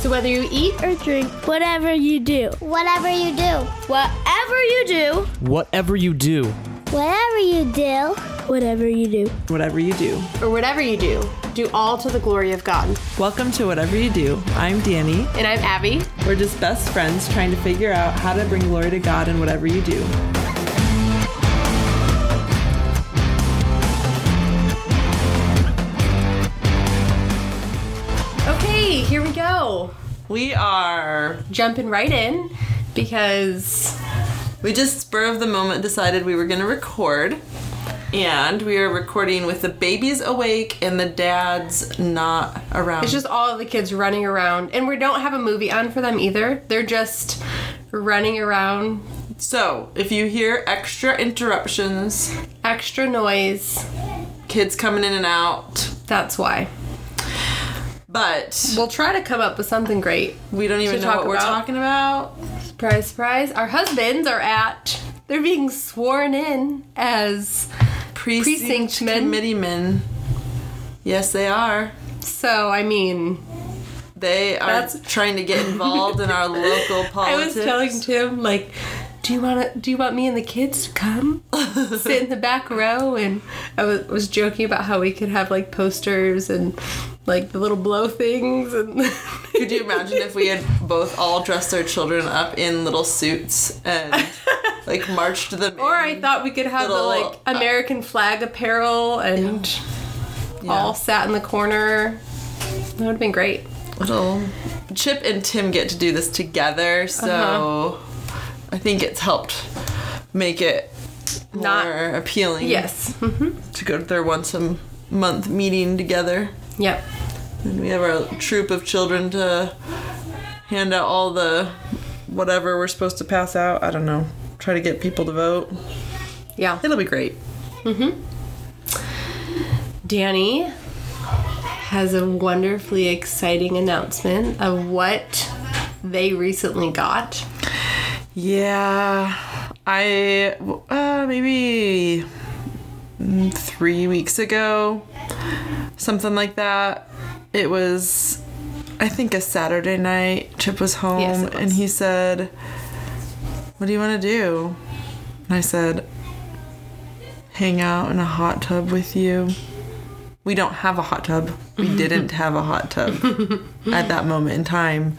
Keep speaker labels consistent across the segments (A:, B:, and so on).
A: So whether you eat
B: or drink, whatever you do,
C: Whatever you do,
A: whatever you do,
D: Whatever you do,
C: whatever you do,
B: whatever you do.
E: Whatever you do.
A: or whatever you do, do all to the glory of God.
E: Welcome to Whatever You Do. I'm Danny.
A: And I'm Abby.
E: We're just best friends trying to figure out how to bring glory to God in whatever you do.
A: Okay, here we go.
E: We are.
A: Jumping right in because
E: We just spur of the moment decided we were going to record. And we are recording with the babies awake and the dads not around.
A: it's just all of the kids running around. And we don't have a movie on for them either. They're just running around,
E: so, if you hear extra interruptions,
A: extra noise.
E: kids coming in and out,
A: That's why.
E: but
A: We'll try to come up with something great.
E: we don't even
A: To
E: know
A: talk
E: what we're
A: about.
E: talking about.
A: Surprise, surprise. Our husbands are at, they're being sworn in as.
E: Precinct,
A: Precinct men.
E: committee men. Yes, they are.
A: So, I mean,
E: They are
A: That's-
E: trying to get involved in our local
A: I
E: politics.
A: was telling Tim like, do you want to? Do you want me and the kids to come sit in the back row? And I was, was joking about how we could have like posters and like the little blow things and.
E: Could you imagine if we had both all dressed our children up in little suits and like marched them?
A: Or
E: in?
A: I thought we could have
E: Little, uh,
A: the like American flag apparel and
E: Yeah.
A: all sat in the corner. That would have been great.
E: little. Chip and Tim get to do this together, so
A: Uh-huh.
E: I think it's helped make it
A: Not-
E: more appealing.
A: Yes.
E: to go to their once a month meeting together.
A: Yep.
E: And we have our troop of children to hand out all the whatever we're supposed to pass out. I don't know. Try to get people to vote.
A: Yeah.
E: It'll be great.
A: Danny has a wonderfully exciting announcement of what they recently got.
E: Yeah. I, uh, maybe mm, three weeks ago, something like that. It was, I think, a Saturday night. Chip was home
A: Yes, it
E: and
A: was.
E: he said, What do you want to do? And I said, Hang out in a hot tub with you. We don't have a hot tub. We didn't have a hot tub at that moment in time.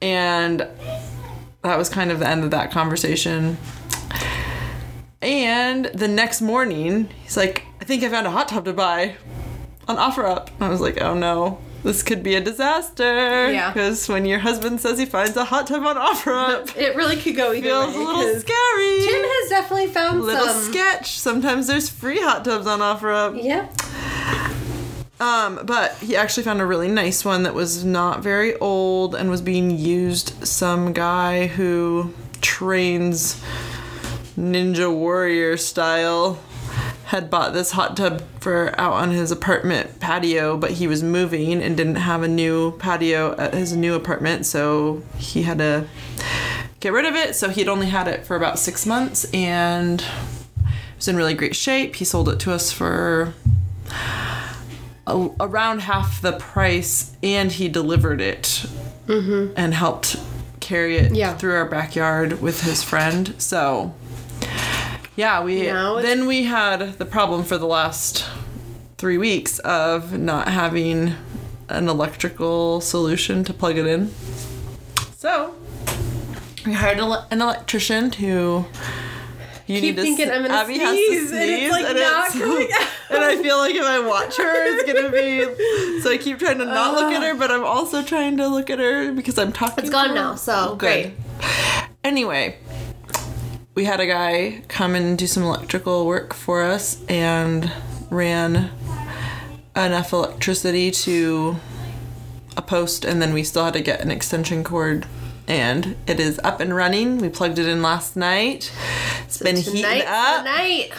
E: And that was kind of the end of that conversation. And the next morning, he's like, I think I found a hot tub to buy on OfferUp. And I was like, oh no, this could be a disaster.
A: Yeah.
E: Because when your husband says he finds a hot tub on OfferUp,
A: It really could go either
E: feels a
A: way.
E: little
A: 'cause
E: scary.
A: Tim has definitely found
E: little
A: some.
E: sketch. Sometimes there's free hot tubs on OfferUp.
A: yeah.
E: Um, but he actually found a really nice one that was not very old and was being used. Some guy who trains ninja warrior style had bought this hot tub for out on his apartment patio, but he was moving and didn't have a new patio at his new apartment, so he had to get rid of it. So he'd only had it for about six months and it was in really great shape. He sold it to us for a- around half the price and he delivered it and helped carry it
A: Yeah.
E: through our backyard with his friend. So yeah, we
A: Now it's-
E: then we had the problem for the last three weeks of not having an electrical solution to plug it in. So we hired ele- an electrician to. You
A: Keep
E: need to
A: thinking
E: s-
A: I'm gonna
E: Abby
A: sneeze,
E: has to
A: and
E: sneeze,
A: it's, like, not coming out.
E: and I feel like if I watch her, it's gonna be. So I keep trying to not look at her, but I'm also trying to look at her because I'm talking.
A: Uh. It's
E: to
A: gone
E: her.
A: now, so great.
E: Good. Anyway, we had a guy come and do some electrical work for us and ran enough electricity to a post, and then we still had to get an extension cord. And it is up and running. We plugged it in last night. It's been heating
A: Tonight,
E: up.
A: tonight.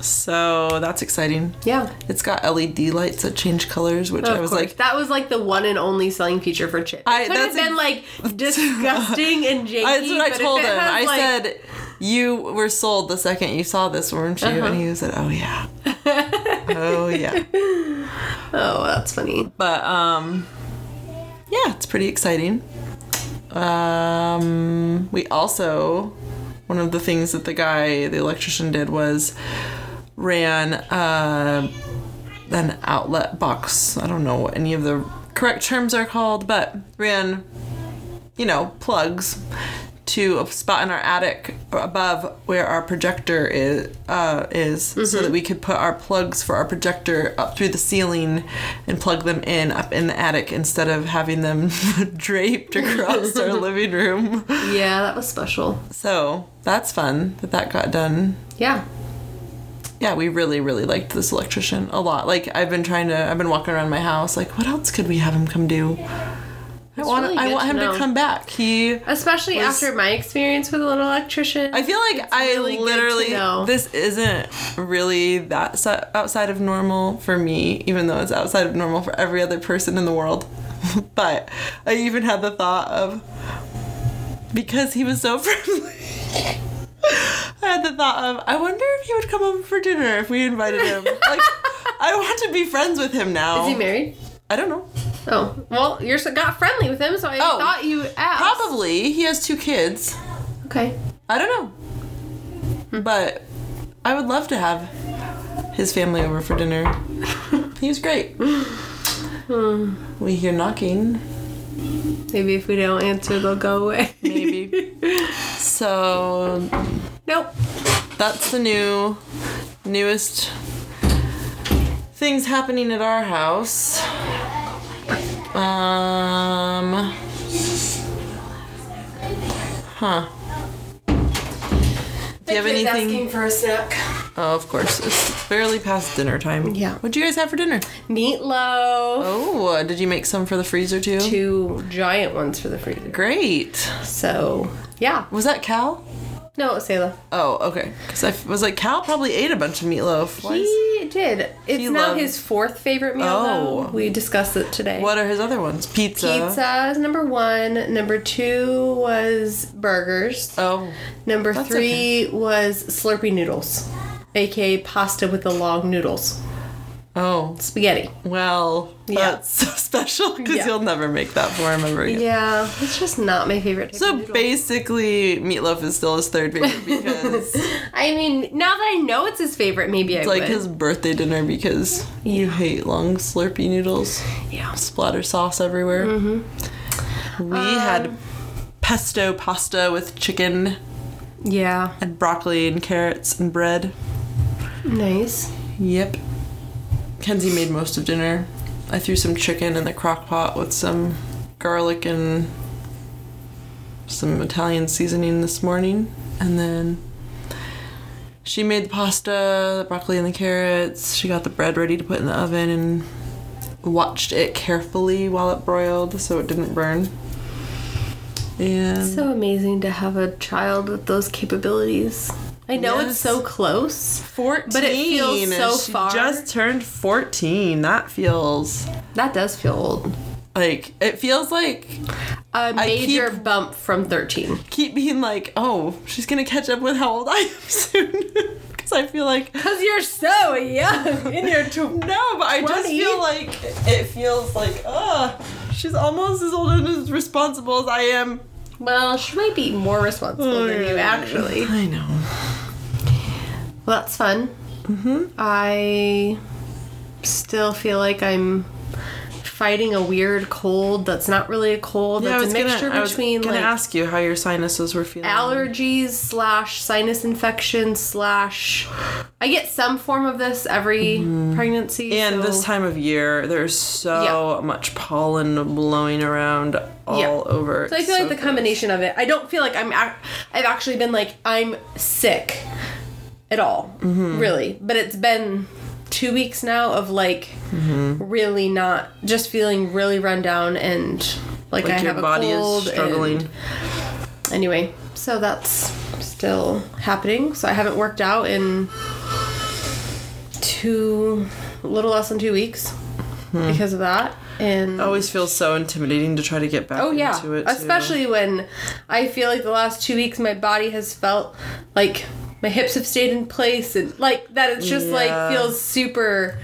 E: So that's exciting.
A: Yeah.
E: It's got LED lights that change colors, which I was
A: Oh, Of course.
E: like,
A: that was like the one and only selling feature for Chip.
E: I-
A: it could have
E: that's
A: been like disgusting and janky.
E: I, that's what I
A: but if
E: told
A: it
E: him.
A: has,
E: I
A: like-
E: said, you were sold the second you saw this, weren't you?
A: Uh-huh.
E: And he said, oh yeah. oh yeah.
A: "Oh, that's funny."
E: But um yeah, it's pretty exciting. Um, we also, one of the things that the guy, the electrician, did was ran uh, an outlet box. I don't know what any of the correct terms are called, but ran, you know, plugs to a spot in our attic or above where our projector is, uh, is so
A: Mm-hmm.
E: that we could put our plugs for our projector up through the ceiling and plug them in up in the attic instead of having them draped across our living room.
A: Yeah, that was special.
E: So that's fun that that got done
A: Yeah.
E: yeah, we really, really liked this electrician a lot. Like I've been trying to, I've been walking around my house. Like, what else could we have him come do? I want,
A: really
E: I
A: good
E: want
A: to
E: him
A: know.
E: to come back. He,
A: Especially
E: Was-
A: after my experience with an electrician.
E: I feel like I
A: really good to know.
E: literally, this isn't really that so- outside of normal for me, even though it's outside of normal for every other person in the world. but I even had the thought of because he was so friendly. I had the thought of, I wonder if he would come over for dinner if we invited him. Like, I want to be friends with him now.
A: Is he married?
E: I don't know.
A: Oh, well, you are got friendly with him, so I
E: Oh,
A: thought you asked.
E: Probably. He has two kids.
A: Okay.
E: I don't know. But I would love to have his family over for dinner. He was great. We hear knocking,
A: Maybe if we don't answer, they'll go away.
E: maybe. so
A: nope.
E: that's the new newest things happening at our house. Um Huh. Do you have anything?
A: for a snack.
E: Oh, of course. It's barely past dinner time.
A: Yeah.
E: What'd you guys have for dinner?
A: Meatloaf.
E: Oh, uh, did you make some for the freezer too?
A: Two giant ones for the freezer.
E: Great.
A: So, yeah.
E: Was that Cal?
A: No, it was Sayla.
E: Oh, okay. Because I f- was like, Cal probably ate a bunch of meatloaf. Why is-
A: He did. It's
E: He
A: now
E: loves-
A: his fourth favorite meal,
E: Oh.
A: though. We discussed it today.
E: What are his other ones? Pizza.
A: Pizza is number one. Number two was burgers.
E: Oh.
A: number
E: that's
A: three was Slurpee noodles, aka pasta with the long noodles.
E: Oh.
A: Spaghetti.
E: Well,
A: Yeah.
E: that's so special because
A: Yeah.
E: you'll never make that for him ever again.
A: Yeah, it's just not my favorite. Type
E: So
A: of noodle.
E: basically, meatloaf is still his third favorite because it's
A: I mean, now that I know it's his favorite, maybe I
E: like
A: would.
E: his birthday dinner because you hate long slurpy noodles,
A: yeah. Mm-hmm.
E: splatter sauce everywhere. We
A: Um,
E: had pesto pasta with chicken
A: Yeah.
E: and broccoli and carrots and bread.
A: Nice.
E: Yep. Kenzie made most of dinner. I threw some chicken in the crock pot with some garlic and some Italian seasoning this morning. And then she made the pasta, the broccoli, and the carrots. She got the bread ready to put in the oven and watched it carefully while it broiled so it didn't burn. And
A: So amazing to have a child with those capabilities. I know it's
E: Yes.
A: so close.
E: 14.
A: But it feels
E: and
A: so
E: she
A: far.
E: just turned 14. That feels
A: That does feel old.
E: like it feels like
A: A major
E: keep-
A: bump from 13.
E: keep being like, oh, she's gonna catch up with how old I am soon. Because I feel like
A: Because you're so young in your tw-
E: no, but I just
A: 20?
E: feel like it feels like ugh, she's almost as old and as responsible as I am.
A: Well, she might be more responsible than you, actually.
E: I know.
A: Well, that's fun. Mm-hmm. I still feel like I'm fighting a weird cold that's not really a cold.
E: Yeah, I
A: that's
E: was
A: a mixture
E: gonna,
A: between
E: I was gonna
A: like
E: ask you how your sinuses were feeling.
A: allergies slash sinus infection slash. I get some form of this every pregnancy.
E: Mm-hmm. and
A: so-
E: this time of year, there's so much pollen blowing around all
A: Yeah.
E: over.
A: So I feel like the combination of it. I don't feel like I'm. Ac- I've actually been like I'm sick, at all,
E: Mm-hmm.
A: really. But it's been two weeks now of like
E: Mm-hmm.
A: really not just feeling really run down and like, I
E: like your
A: have
E: body
A: a
E: is
A: cold. and-
E: struggling.
A: anyway, so that's still happening. So I haven't worked out in two, a little less than two weeks
E: Hmm.
A: because of that. And
E: always feels so intimidating to try to get back
A: Oh yeah,
E: into it. too.
A: especially when I feel like the last two weeks my body has felt like my hips have stayed in place and like that. It's just
E: Yeah.
A: like feels super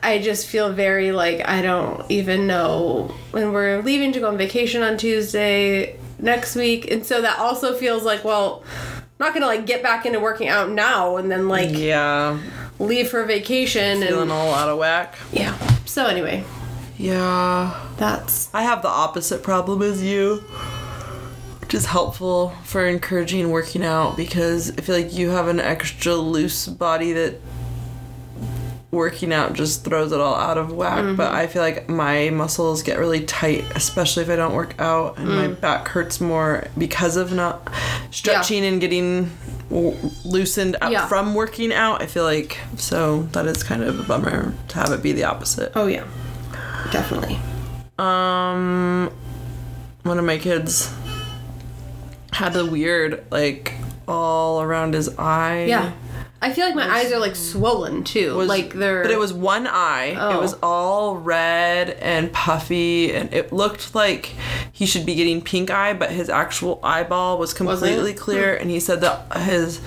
A: I just feel very like I don't even know when we're leaving to go on vacation on Tuesday next week, and so that also feels like well, I'm not gonna like get back into working out now and then like
E: Yeah,
A: leave for vacation
E: feeling
A: and
E: all out of whack.
A: yeah. So anyway,
E: Yeah,
A: that's
E: I have the opposite problem as you, which is helpful for encouraging working out because I feel like you have an extra loose body that working out just throws it all out of whack. But I feel like my muscles get really tight, especially if I don't work out, and my back hurts more because of not stretching and getting w- loosened up
A: Yeah.
E: from working out. I feel like so that is kind of a bummer to have it be the opposite.
A: oh yeah, definitely.
E: Um, one of my kids had a weird, like, all around his eye.
A: Yeah. I feel like my eyes are like swollen too.
E: Was-
A: like they're
E: But it was one eye. It
A: Oh.
E: was all red and puffy, and it looked like he should be getting pink eye, but his actual eyeball was
A: Hmm.
E: completely clear. And he said that his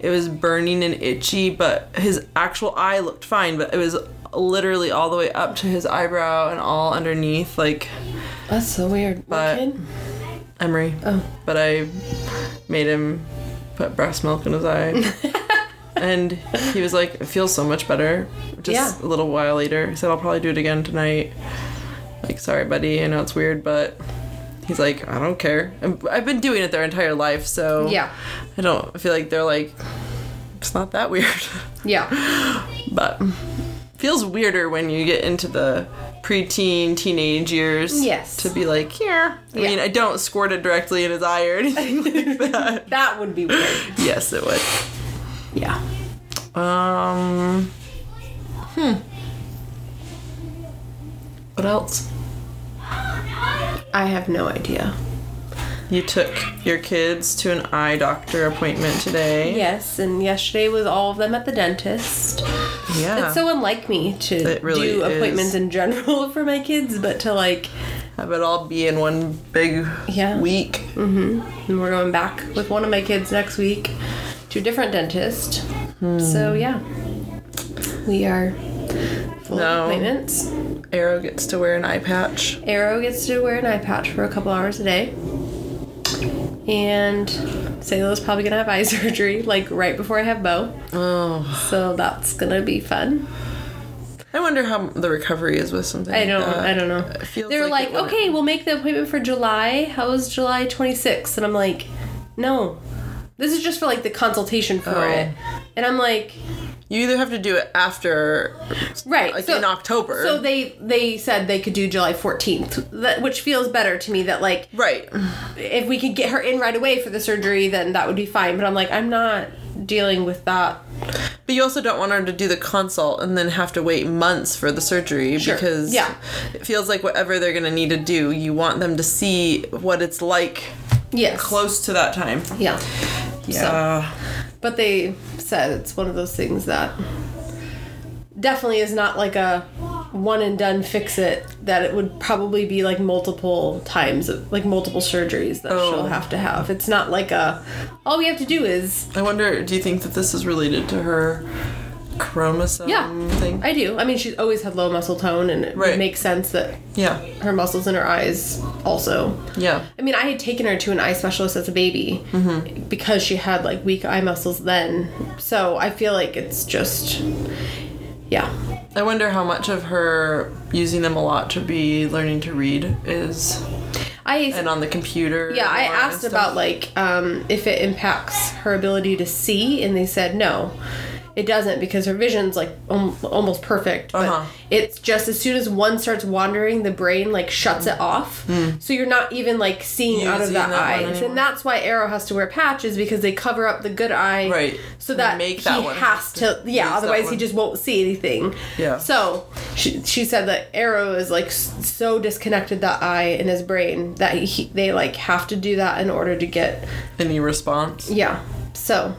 E: it was burning and itchy, but his actual eye looked fine, but it was literally all the way up to his eyebrow and all underneath, like.
A: that's so weird.
E: But- Emery.
A: Oh.
E: But I made him put breast milk in his eye. and he was like, it feels so much better. Just a
A: Yeah.
E: little while later. He said, I'll probably do it again tonight. Like, sorry, buddy. I know it's weird, but he's like, I don't care. And I've been doing it their entire life, so
A: Yeah.
E: I don't I feel like they're like, it's not that weird.
A: yeah.
E: but feels weirder when you get into the preteen teenage years
A: Yes.
E: to be like here i
A: Yeah.
E: mean i don't squirt it directly in his eye or anything like that
A: That would be weird.
E: yes it would
A: Yeah.
E: um hmm
A: Hmm.
E: what else
A: I have no idea.
E: you took your kids to an eye doctor appointment today
A: Yes, and yesterday was all of them at the dentist.
E: yeah
A: It's so unlike me to
E: It really
A: do appointments
E: is.
A: in general for my kids, but to like,
E: have it all be in one big
A: Yeah.
E: week
A: and we're going back with one of my kids next week to a different dentist.
E: Hmm.
A: So yeah, we are full
E: No.
A: of appointments.
E: arrow gets to wear an eye patch
A: Arrow gets to wear an eye patch for a couple hours a day. And Sayla's probably gonna have eye surgery like right before I have Bo.
E: oh
A: So that's gonna be fun.
E: i wonder how the recovery is with something
A: I don't.
E: like that.
A: I don't know.
E: Oh It feels
A: They're
E: like
A: like,
E: it wouldn't-
A: okay, we'll make the appointment for July. How is July 26th? And I'm like, no, this is just for like the consultation for
E: Oh.
A: it. And I'm like,
E: You either have to do it after,
A: right.
E: like
A: so,
E: in October.
A: So they they said they could do July 14th, that, which feels better to me. That like,
E: right.
A: if we could get her in right away for the surgery, then that would be fine. But I'm like, I'm not dealing with that.
E: But you also don't want her to do the consult and then have to wait months for the surgery
A: Sure.
E: because
A: Yeah.
E: it feels like whatever they're going to need to do, you want them to see what it's like
A: Yes.
E: close to that time.
A: Yeah.
E: Yeah.
A: But they said it's one of those things that definitely is not like a one and done fix it. That it would probably be like multiple times, like multiple surgeries that
E: Oh.
A: she'll have to have. It's not like a all we have to do is
E: I wonder, do you think that this is related to her chromosome
A: yeah.
E: Um, thing?
A: I do. I mean, she's always had low muscle tone, and it
E: Right.
A: would make sense that
E: yeah.
A: her muscles in her eyes also
E: Yeah.
A: I mean, I had taken her to an eye specialist as a baby because she had like weak eye muscles then. So I feel like it's just, yeah,
E: I wonder how much of her using them a lot to be learning to read is,
A: I
E: and on the computer.
A: yeah
E: more
A: I
E: and
A: asked
E: stuff.
A: about like um, if it impacts her ability to see, and they said no. It doesn't because her vision's like om- almost perfect, but
E: Uh-huh.
A: it's just as soon as one starts wandering, the brain like shuts it off.
E: Hmm.
A: So you're not even like seeing out of
E: Using
A: the
E: that one
A: eye,
E: anymore.
A: and that's why Arrow has to wear patches because they cover up the good eye,
E: Right.
A: So that
E: Make
A: he
E: that one
A: has to,
E: use
A: yeah.
E: that
A: Otherwise, he
E: one.
A: just won't see anything.
E: Yeah.
A: So she, she said that Arrow is like s- so disconnected that eye in his brain that he, they like have to do that in order to get
E: any response.
A: yeah. So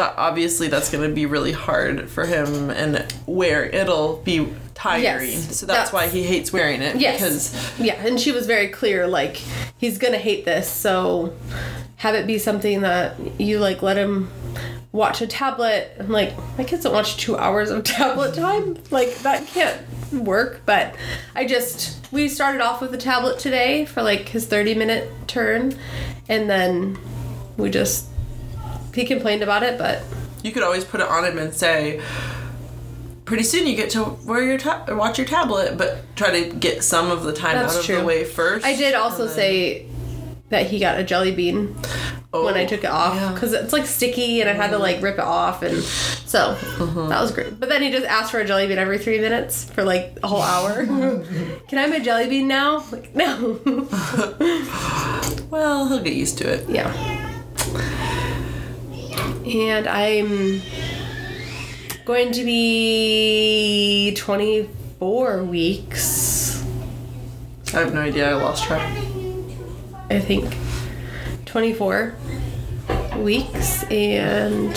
E: But obviously, that's going to be really hard for him, and where it'll be tiring.
A: Yes,
E: so that's,
A: that's-
E: why he hates wearing it.
A: yes,
E: Because
A: yeah, and she was very clear like he's gonna hate this. So have it be something that you like let him watch a tablet. I'm like, my kids don't watch two hours of tablet time. Like, that can't work. But I just, we started off with a tablet today for like his 30 minute turn. And then we just, he complained about it, but
E: You could always put it on him and say, pretty soon you get to wear your ta- watch your tablet, but try to get some of the time
A: That's
E: out of the
A: true.
E: way first.
A: I did also say that he got a jelly bean
E: Oh,
A: when I took it off
E: yeah.
A: because it's like sticky and I had to like rip it off and so
E: Mm-hmm.
A: that was great. But then he just asked for a jelly bean every three minutes for like a whole hour. Can I have a jelly bean now? Like no.
E: Well, he'll get used to it.
A: yeah. And I'm going to be 24 weeks.
E: I have no idea. I lost track.
A: I think 24 weeks, and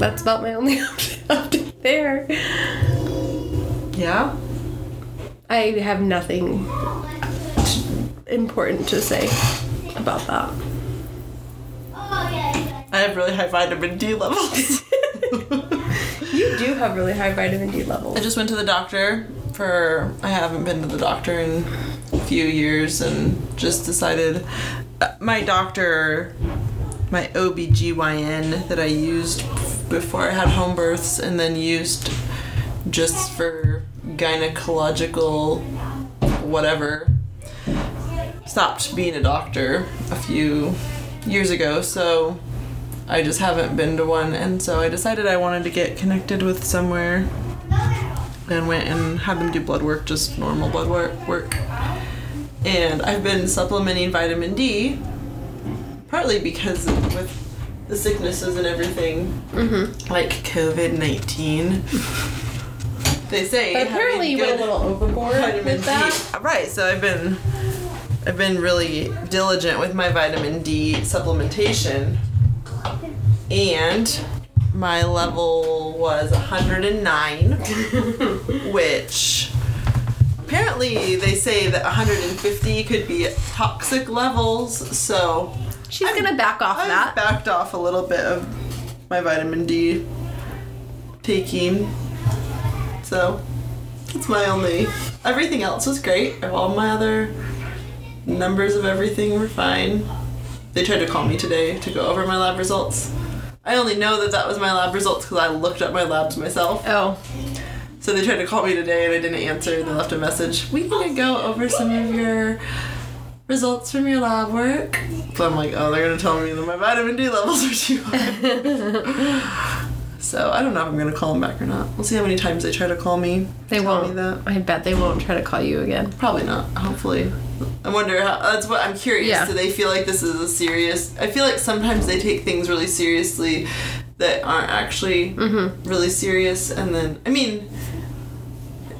A: that's about my only update there.
E: Yeah.
A: I have nothing important to say about that.
E: I have really high vitamin D levels.
A: You do have really high vitamin D
E: I
A: levels.
E: just went to the doctor for I haven't been to the doctor in a few years and just decided uh, my doctor my OBGYN that I used before I had home births and then used just for gynecological whatever stopped being a doctor a few years ago so I just haven't been to one and so I decided I wanted to get connected with somewhere and went and had them do blood work, just normal blood work. work. And I've been supplementing vitamin D, partly because with the sicknesses and everything,
A: Mm-hmm.
E: like COVID 19, they say.
A: But
E: having
A: apparently, you went a
E: good-
A: little overboard
E: vitamin
A: with that.
E: D. Right, so I've been I've been really diligent with my vitamin D supplementation. And my level was 109, which apparently they say that 150 could be toxic levels, so
A: She's gonna back off
E: I've
A: that.
E: backed off a little bit of my vitamin D taking. So that's my only. Everything else was great. All my other numbers of everything were fine. They tried to call me today to go over my lab results. I only know that that was my lab results because I looked up my labs myself.
A: Oh,
E: So they tried to call me today and I didn't answer. They left a message. We need to go over some of your results from your lab work. So I'm like, oh, they're gonna tell me that my vitamin D levels are too high. so I don't know if I'm gonna call them back or not. We'll see how many times they try to call me.
A: they
E: tell
A: won't.
E: me that.
A: I bet they won't try to call you again.
E: Probably not. Hopefully. I wonder how. That's what I'm curious.
A: Yeah.
E: Do they feel like this is a serious? I feel like sometimes they take things really seriously that aren't actually
A: Mm-hmm.
E: really serious, and then I mean,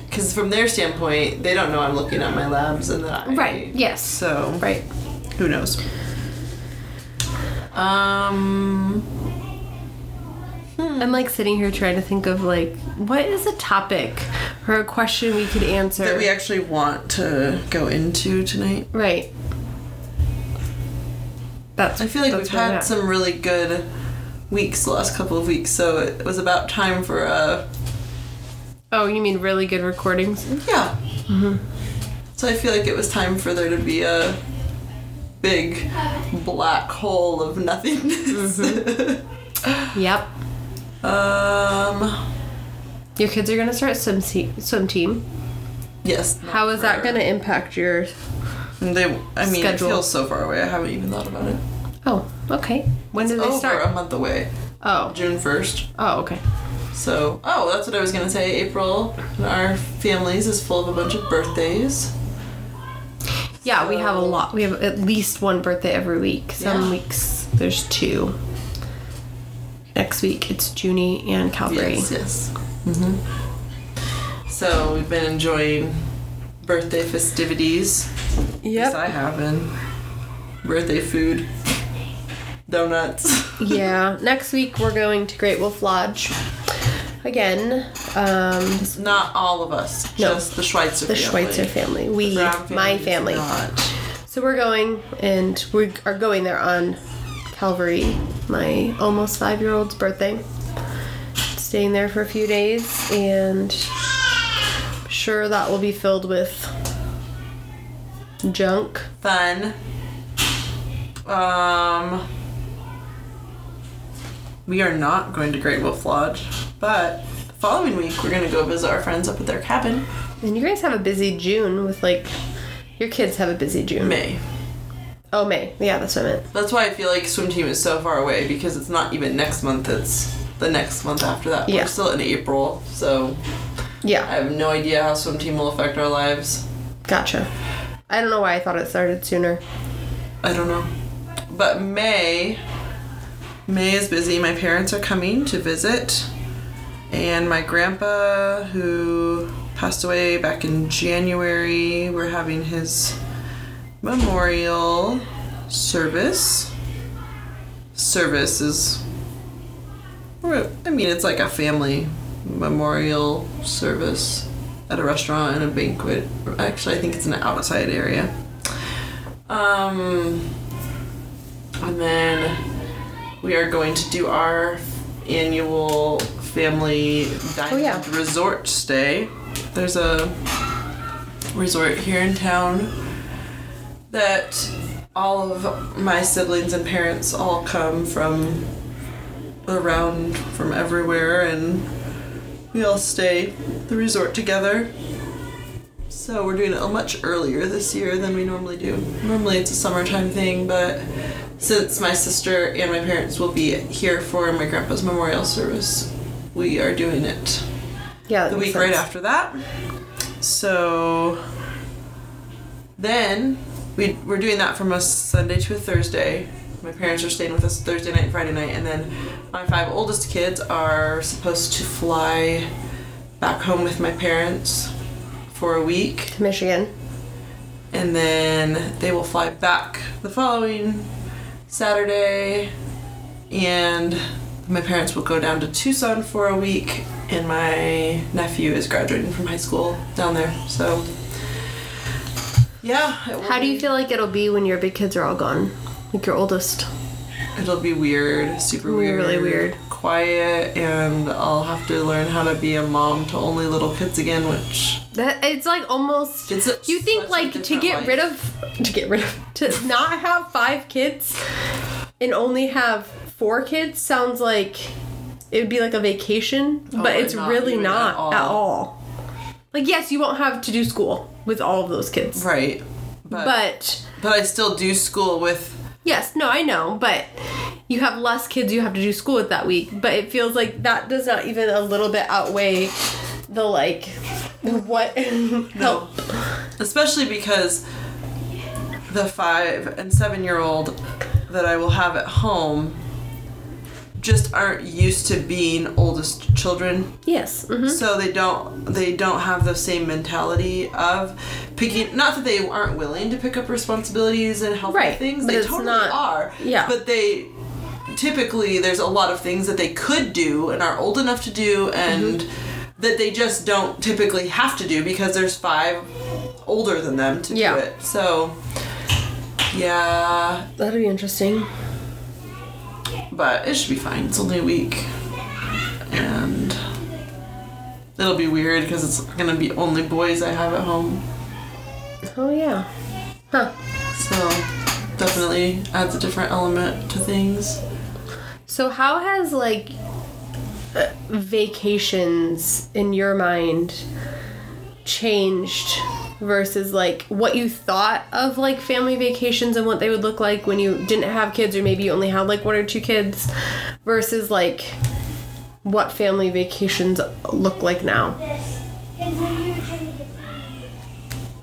E: because from their standpoint, they don't know I'm looking at my labs and that. I,
A: Right. Yes.
E: So
A: Right.
E: who knows? Um.
A: I'm like sitting here trying to think of like what is a topic or a question we could answer.
E: That we actually want to go into tonight.
A: right. That's.
E: I feel like we've
A: that's where I'm
E: had
A: at.
E: some really good weeks the last couple of weeks, so it was about time for a
A: Oh, you mean really good recordings?
E: yeah.
A: Mm-hmm.
E: So I feel like it was time for there to be a big black hole of nothingness.
A: Mm-hmm. Yep.
E: um,
A: Your kids are gonna start swim se- swim team.
E: yes. not
A: How is that
E: for-
A: gonna impact your?
E: They, I mean,
A: Schedule.
E: it feels so far away. I haven't even thought about it.
A: Oh, okay. When do they
E: Over
A: start?
E: a month away,
A: Oh.
E: June first.
A: Oh, okay.
E: So, oh, that's what I was gonna say. April, in our families is full of a bunch of birthdays.
A: Yeah, we have a lot. We have at least one birthday every week. Some
E: Yeah.
A: weeks there's two. Next week it's Junie and Calvary.
E: Yes, yes. Mm-hmm. So we've been enjoying birthday festivities. Yes, I have been. Birthday food, donuts.
A: yeah. Next week we're going to Great Wolf Lodge again. Um,
E: Not all of us,
A: No.
E: just the Schweitzer
A: the
E: family.
A: Schweitzer family. We,
E: Brown
A: my
E: family's
A: family.
E: Not.
A: So we're going, and we are going there on Calvary, my almost five year old's birthday. Staying there for a few days, and I'm sure that will be filled with junk.
E: Fun. Um, we are not going to Great Wolf Lodge, but the following week we're going to go visit our friends up at their cabin.
A: And you guys have a busy June with like your kids have a busy June.
E: May.
A: Oh, May. Yeah, that's what I meant.
E: That's why I feel like swim team is so far away because it's not even next month. It's the next month after that.
A: Yeah.
E: We're still in April, so I
A: Yeah,
E: have no idea how swim team will affect our lives.
A: gotcha. I don't know why I thought it started sooner.
E: I don't know. But May, May is busy. My parents are coming to visit, and my grandpa, who passed away back in January, we're having his memorial service. Service is, I mean, it's like a family memorial service at a restaurant and a banquet. Actually, I think it's an outside area. Um, and then we are going to do our annual family diamond
A: yeah.
E: resort stay. There's a resort here in town that all of my siblings and parents all come from around from everywhere and we all stay at the resort together so we're doing it much earlier this year than we normally do. Normally it's a summertime thing, but since my sister and my parents will be here for my grandpa's memorial service, we are doing it
A: Yeah, that
E: the
A: makes
E: week right
A: sense.
E: after that. So then we we're doing that from a Sunday to a Thursday. My parents are staying with us Thursday night, and Friday night, and then my five oldest kids are supposed to fly back home with my parents for a week
A: To Michigan.
E: and then they will fly back the following Saturday, and my parents will go down to Tucson for a week, and my nephew is graduating from high school down there. So, yeah. it will
A: How do you
E: be-
A: feel like it'll be when your big kids are all gone? Like your oldest.
E: It'll be weird, super weird,
A: Really weird.
E: quiet, and I'll have to learn how to be a mom to only little kids again, which
A: That it's like almost
E: It's a-
A: you think
E: such a
A: like to
E: different
A: get
E: life.
A: rid of to get rid of to not have five kids and only have four kids sounds like it would be like a vacation, but
E: we're
A: it's
E: Oh, not
A: really
E: doing it at
A: not
E: all.
A: at all. Like yes, you won't have to do school with all of those kids.
E: right.
A: But
E: but I still do school with
A: yes, no, I know, but you have less kids you have to do school with that week, but it feels like that does not even a little bit outweigh the like what help
E: especially because the five and seven year old that I will have at home just aren't used to being oldest children
A: Yes. mhm.
E: so they don't they don't have the same mentality of picking not that they aren't willing to pick up responsibilities and help with
A: Right,
E: things
A: but
E: they
A: it's
E: totally
A: not-
E: are
A: yeah.
E: but they typically there's a lot of things that they could do and are old enough to do and
A: Mm-hmm.
E: that they just don't typically have to do because there's five older than them to
A: Yeah.
E: do it so yeah
A: That'd be interesting.
E: but it should be fine. It's only a week, and it'll be weird because it's gonna be only boys I have at home.
A: Oh yeah. Huh.
E: So definitely adds a different element to things.
A: So how has like uh, vacations in your mind changed versus like what you thought of like family vacations and what they would look like when you didn't have kids or maybe you only had like one or two kids versus like what family vacations look like now?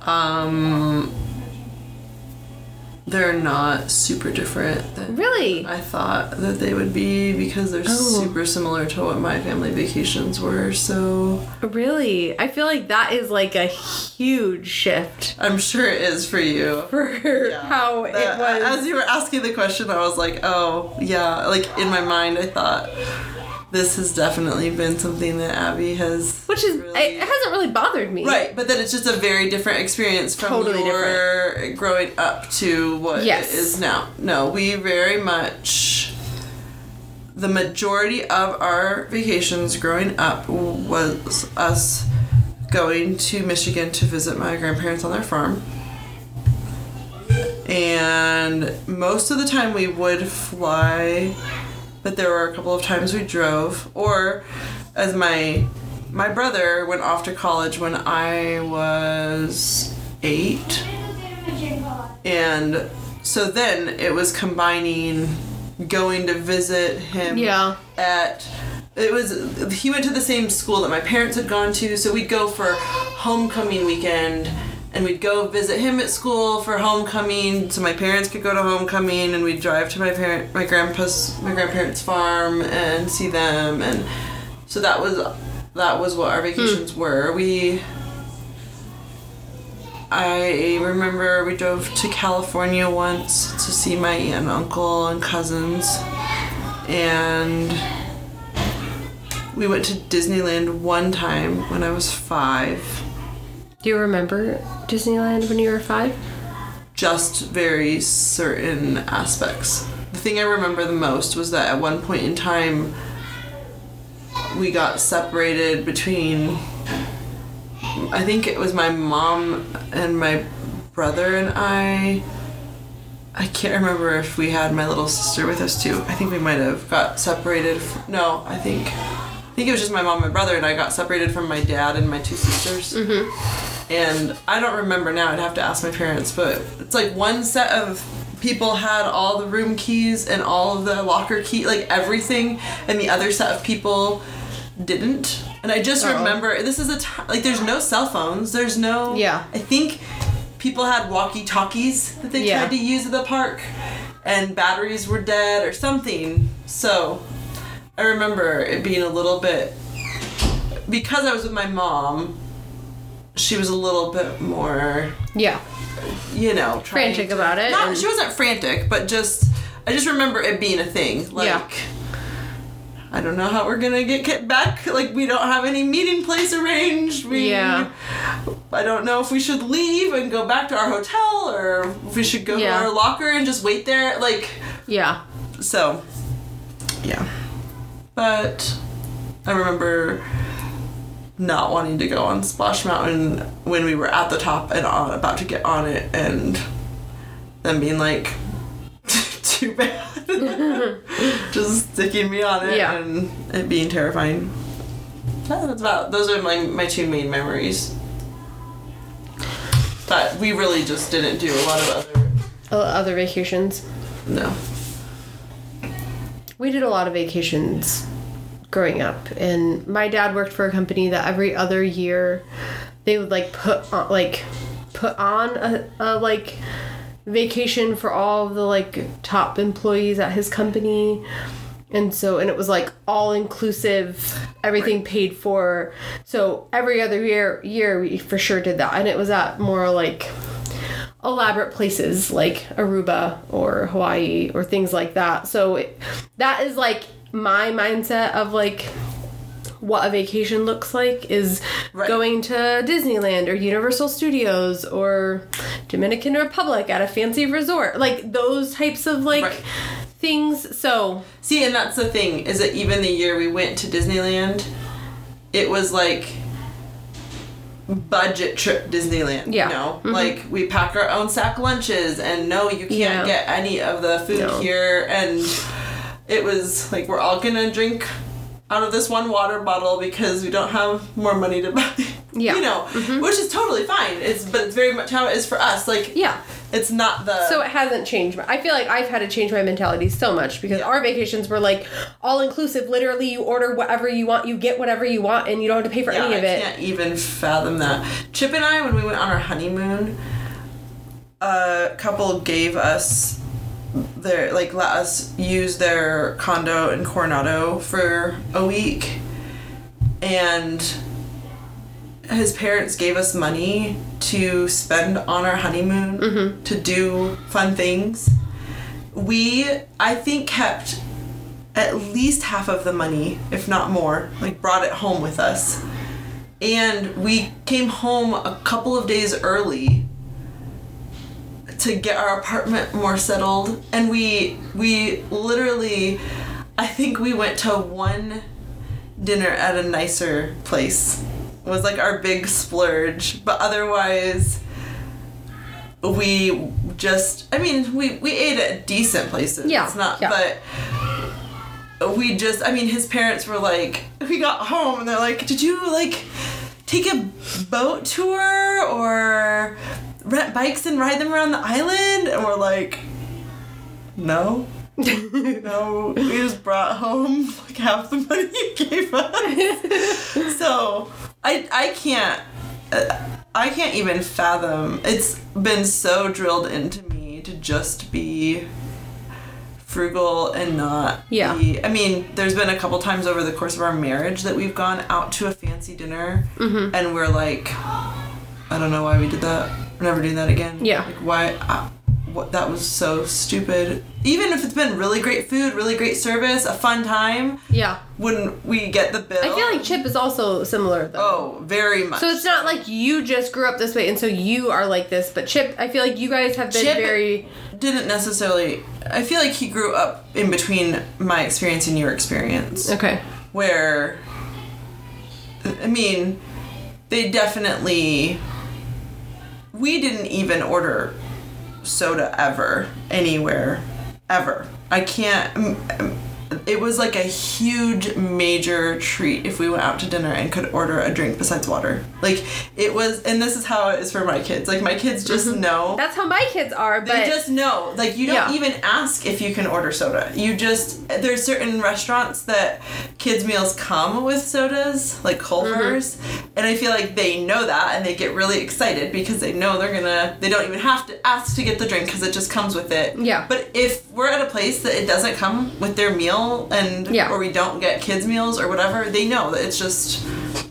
E: Um, they're not super different. Than
A: Really?
E: I thought that they would be because they're super similar to what my family vacations were. So
A: Really? I feel like that is like a huge shift
E: I'm sure it is for you.
A: for how it
E: That-
A: was.
E: As you were asking the question, I was like, oh, yeah. Like in my mind, I thought this has definitely been something that Abby has.
A: Which is
E: Really?
A: it hasn't really bothered me.
E: Right, but then it's just a very different experience from
A: Totally
E: your growing up to what
A: Yes.
E: it is now. No, we very much the majority of our vacations growing up was us going to Michigan to visit my grandparents on their farm. And most of the time we would fly, but there were a couple of times we drove or as my my brother went off to college when I was 8 and so then it was combining going to visit him
A: Yeah.
E: at it was he went to the same school that my parents had gone to so we'd go for homecoming weekend and we'd go visit him at school for homecoming so my parents could go to homecoming and we'd drive to my parent my grandpa's my grandparents farm and see them and so that was that was what our vacations were we I remember we drove to California once to see my aunt and uncle and cousins. And we went to Disneyland one time when I was five.
A: Do you remember Disneyland when you were five?
E: Just very certain aspects. The thing I remember the most was that at one point in time, we got separated between I think it was my mom and my brother and I. I can't remember if we had my little sister with us too. I think we might have got separated. f no, I think I think it was just my mom and my brother and I got separated from my dad and my two sisters. And I don't remember now. I'd have to ask my parents, but it's like one set of people had all the room keys and all of the locker key, like everything, and the other set of people didn't. And I just remember this is a t- like there's no cell phones. There's no
A: Yeah.
E: I think people had walkie talkies that they
A: Yeah.
E: tried to use at the park, and batteries were dead or something. So I remember it being a little bit because I was with my mom. She was a little bit more,
A: Yeah.
E: you know, trying
A: Frantic
E: to-
A: about it
E: Not,
A: and-
E: she wasn't frantic, but just I just remember it being a thing. Like
A: Yeah.
E: I don't know how we're gonna get kicked back. Like we don't have any meeting place arranged. We,
A: Yeah.
E: I don't know if we should leave and go back to our hotel or if we should go
A: Yeah.
E: to our locker and just wait there. Like
A: Yeah.
E: so, yeah. But I remember not wanting to go on Splash Mountain when we were at the top and on, about to get on it, and then being like, too bad. Just sticking me on it
A: Yeah.
E: and it being terrifying. That's about, those are my, my two main memories. But we really just didn't do a lot of other.
A: O- Uh, Other vacations.
E: No.
A: We did a lot of vacations growing up, and my dad worked for a company that every other year they would like put on, like put on a, a like vacation for all of the like top employees at his company. And so, and it was like all inclusive, everything paid for. So every other year, year we for sure did that, and it was at more like elaborate places like Aruba or Hawaii or things like that. So it, that is like my mindset of like what a vacation looks like is
E: Right.
A: going to Disneyland or Universal Studios or Dominican Republic at a fancy resort. Like those types of like
E: Right.
A: things. So,
E: See, and that's the thing is that even the year we went to Disneyland, it was like budget trip Disneyland.
A: Yeah. Mm-hmm.
E: You know, like we pack our own sack lunches, and no, you can't
A: Yeah.
E: get any of the food
A: No.
E: here. And it was like we're all gonna drink out of this one water bottle because we don't have more money to buy.
A: Yeah. Mm-hmm.
E: You know, which is totally fine. It's but it's very much how it is for us. Like
A: yeah.
E: it's not the
A: So it hasn't changed. my- I feel like I've had to change my mentality so much because our vacations were like all inclusive. Literally, you order whatever you want, you get whatever you want, and you don't have to pay for
E: Yeah,
A: any of
E: I
A: it.
E: can't even fathom that. Chip and I, when we went on our honeymoon, a couple gave us their like let us use their condo in Coronado for a week, and his parents gave us money to spend on our honeymoon
A: Mm-hmm.
E: to do fun things. We, I think, kept at least half of the money, if not more, like brought it home with us. And we came home a couple of days early to get our apartment more settled and we we literally I think we went to one dinner at a nicer place. was like our big splurge, but otherwise we just I mean, we we ate at decent places.
A: Yeah,
E: It's not
A: yeah.
E: but we just i mean his parents were like we got home and they're like did you like take a boat tour or rent bikes and ride them around the island and we're like no no we just brought home like half the money you gave us so i i can't uh, i can't even fathom it's been so drilled into me to just be frugal and not
A: Yeah.
E: be- I mean, there's been a couple times over the course of our marriage that we've gone out to a fancy dinner
A: Mm-hmm.
E: and we're like, I don't know why we did that. We're never doing that again.
A: Yeah.
E: Like, why? I, what, that was so stupid. Even if it's been really great food, really great service, a fun time,
A: Yeah.
E: wouldn't we get the bill?
A: I feel like Chip is also similar though.
E: Oh, very much.
A: So it's not like you just grew up this way and so you are like this, but Chip, I feel like you guys have been
E: Chip-
A: very
E: Didn't necessarily. I feel like he grew up in between my experience and your experience.
A: okay.
E: where I mean, they definitely we didn't even order soda ever anywhere ever. I can't mm, mm, it was like a huge major treat if we went out to dinner and could order a drink besides water. Like it was and this is how it is for my kids. Like my kids just know
A: That's how my kids are,
E: they
A: but
E: just know. Like you don't
A: Yeah.
E: even ask if you can order soda. You just there's certain restaurants that kids meals come with sodas, like Culver's,
A: Mm-hmm.
E: and I feel like they know that and they get really excited because they know they're gonna. They don't even have to ask to get the drink because it just comes with it.
A: Yeah.
E: But if we're at a place that it doesn't come with their meal and
A: Yeah.
E: or we don't get kids meals or whatever, they know that it's just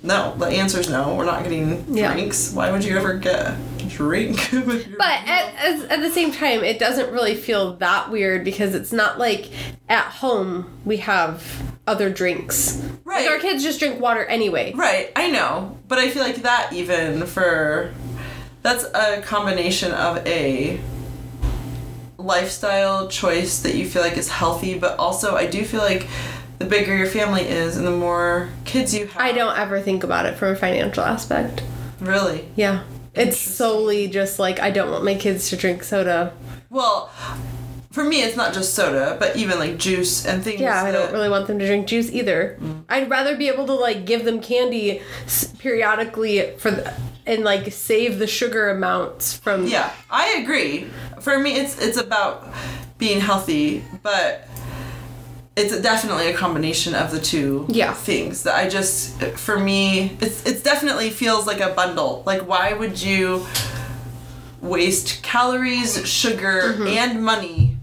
E: no. The answer's no. We're not getting
A: Yeah.
E: drinks. Why would you ever get a drink? with your
A: But at, as- at the same time, it doesn't really feel that weird because it's not like at home we have other drinks. Like
E: Right.
A: our kids just drink water anyway.
E: Right, I know, but I feel like that even for that's a combination of a lifestyle choice that you feel like is healthy, but also I do feel like the bigger your family is and the more kids you have.
A: I don't ever think about it from a financial aspect.
E: really.
A: Yeah. It's solely just like I don't want my kids to drink soda.
E: Well, for me, it's not just soda, but even like juice and things.
A: Yeah, I don't Mm.
E: that-
A: really want them to drink juice either. I'd rather be able to like give them candy s- periodically for the, and like save the sugar amounts from
E: Yeah, I agree. For me, it's it's about being healthy, but it's definitely a combination of the two
A: Yeah.
E: things that I just for me it's it's definitely feels like a bundle. Like why would you waste calories, sugar, and money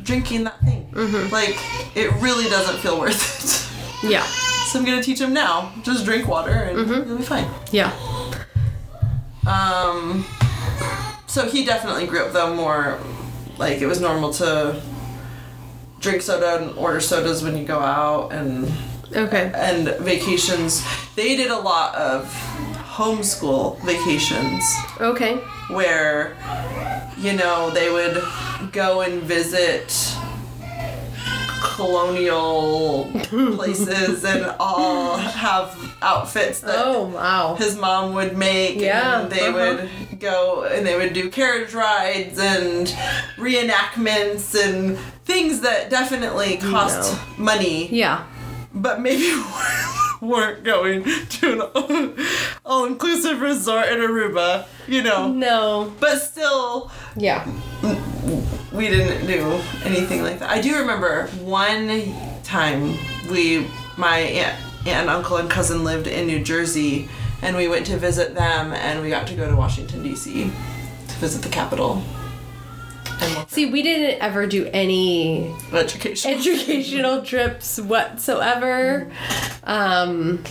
E: drinking that thing? Like it really doesn't feel worth it.
A: yeah.
E: so I'm gonna teach him now. Just drink water and you'll be fine.
A: Yeah.
E: Um, so he definitely grew up though more like it was normal to drink soda and order sodas when you go out and
A: Okay.
E: and vacations. They did a lot of homeschool vacations
A: Okay.
E: where you know they would go and visit colonial places and all have outfits that
A: Oh wow.
E: his mom would make
A: Yeah,
E: and they
A: uh-huh.
E: would go and they would do carriage rides and reenactments and things that definitely cost money
A: Yeah.
E: but maybe weren't going to an all-inclusive resort in aruba you know
A: No.
E: but still
A: Yeah.
E: we didn't do anything like that. I do remember one time we, my aunt, aunt and uncle and cousin lived in New Jersey, and we went to visit them, and we got to go to Washington D.C. to visit the Capitol. And look
A: See, we didn't ever do any
E: at education.
A: educational trips whatsoever. Um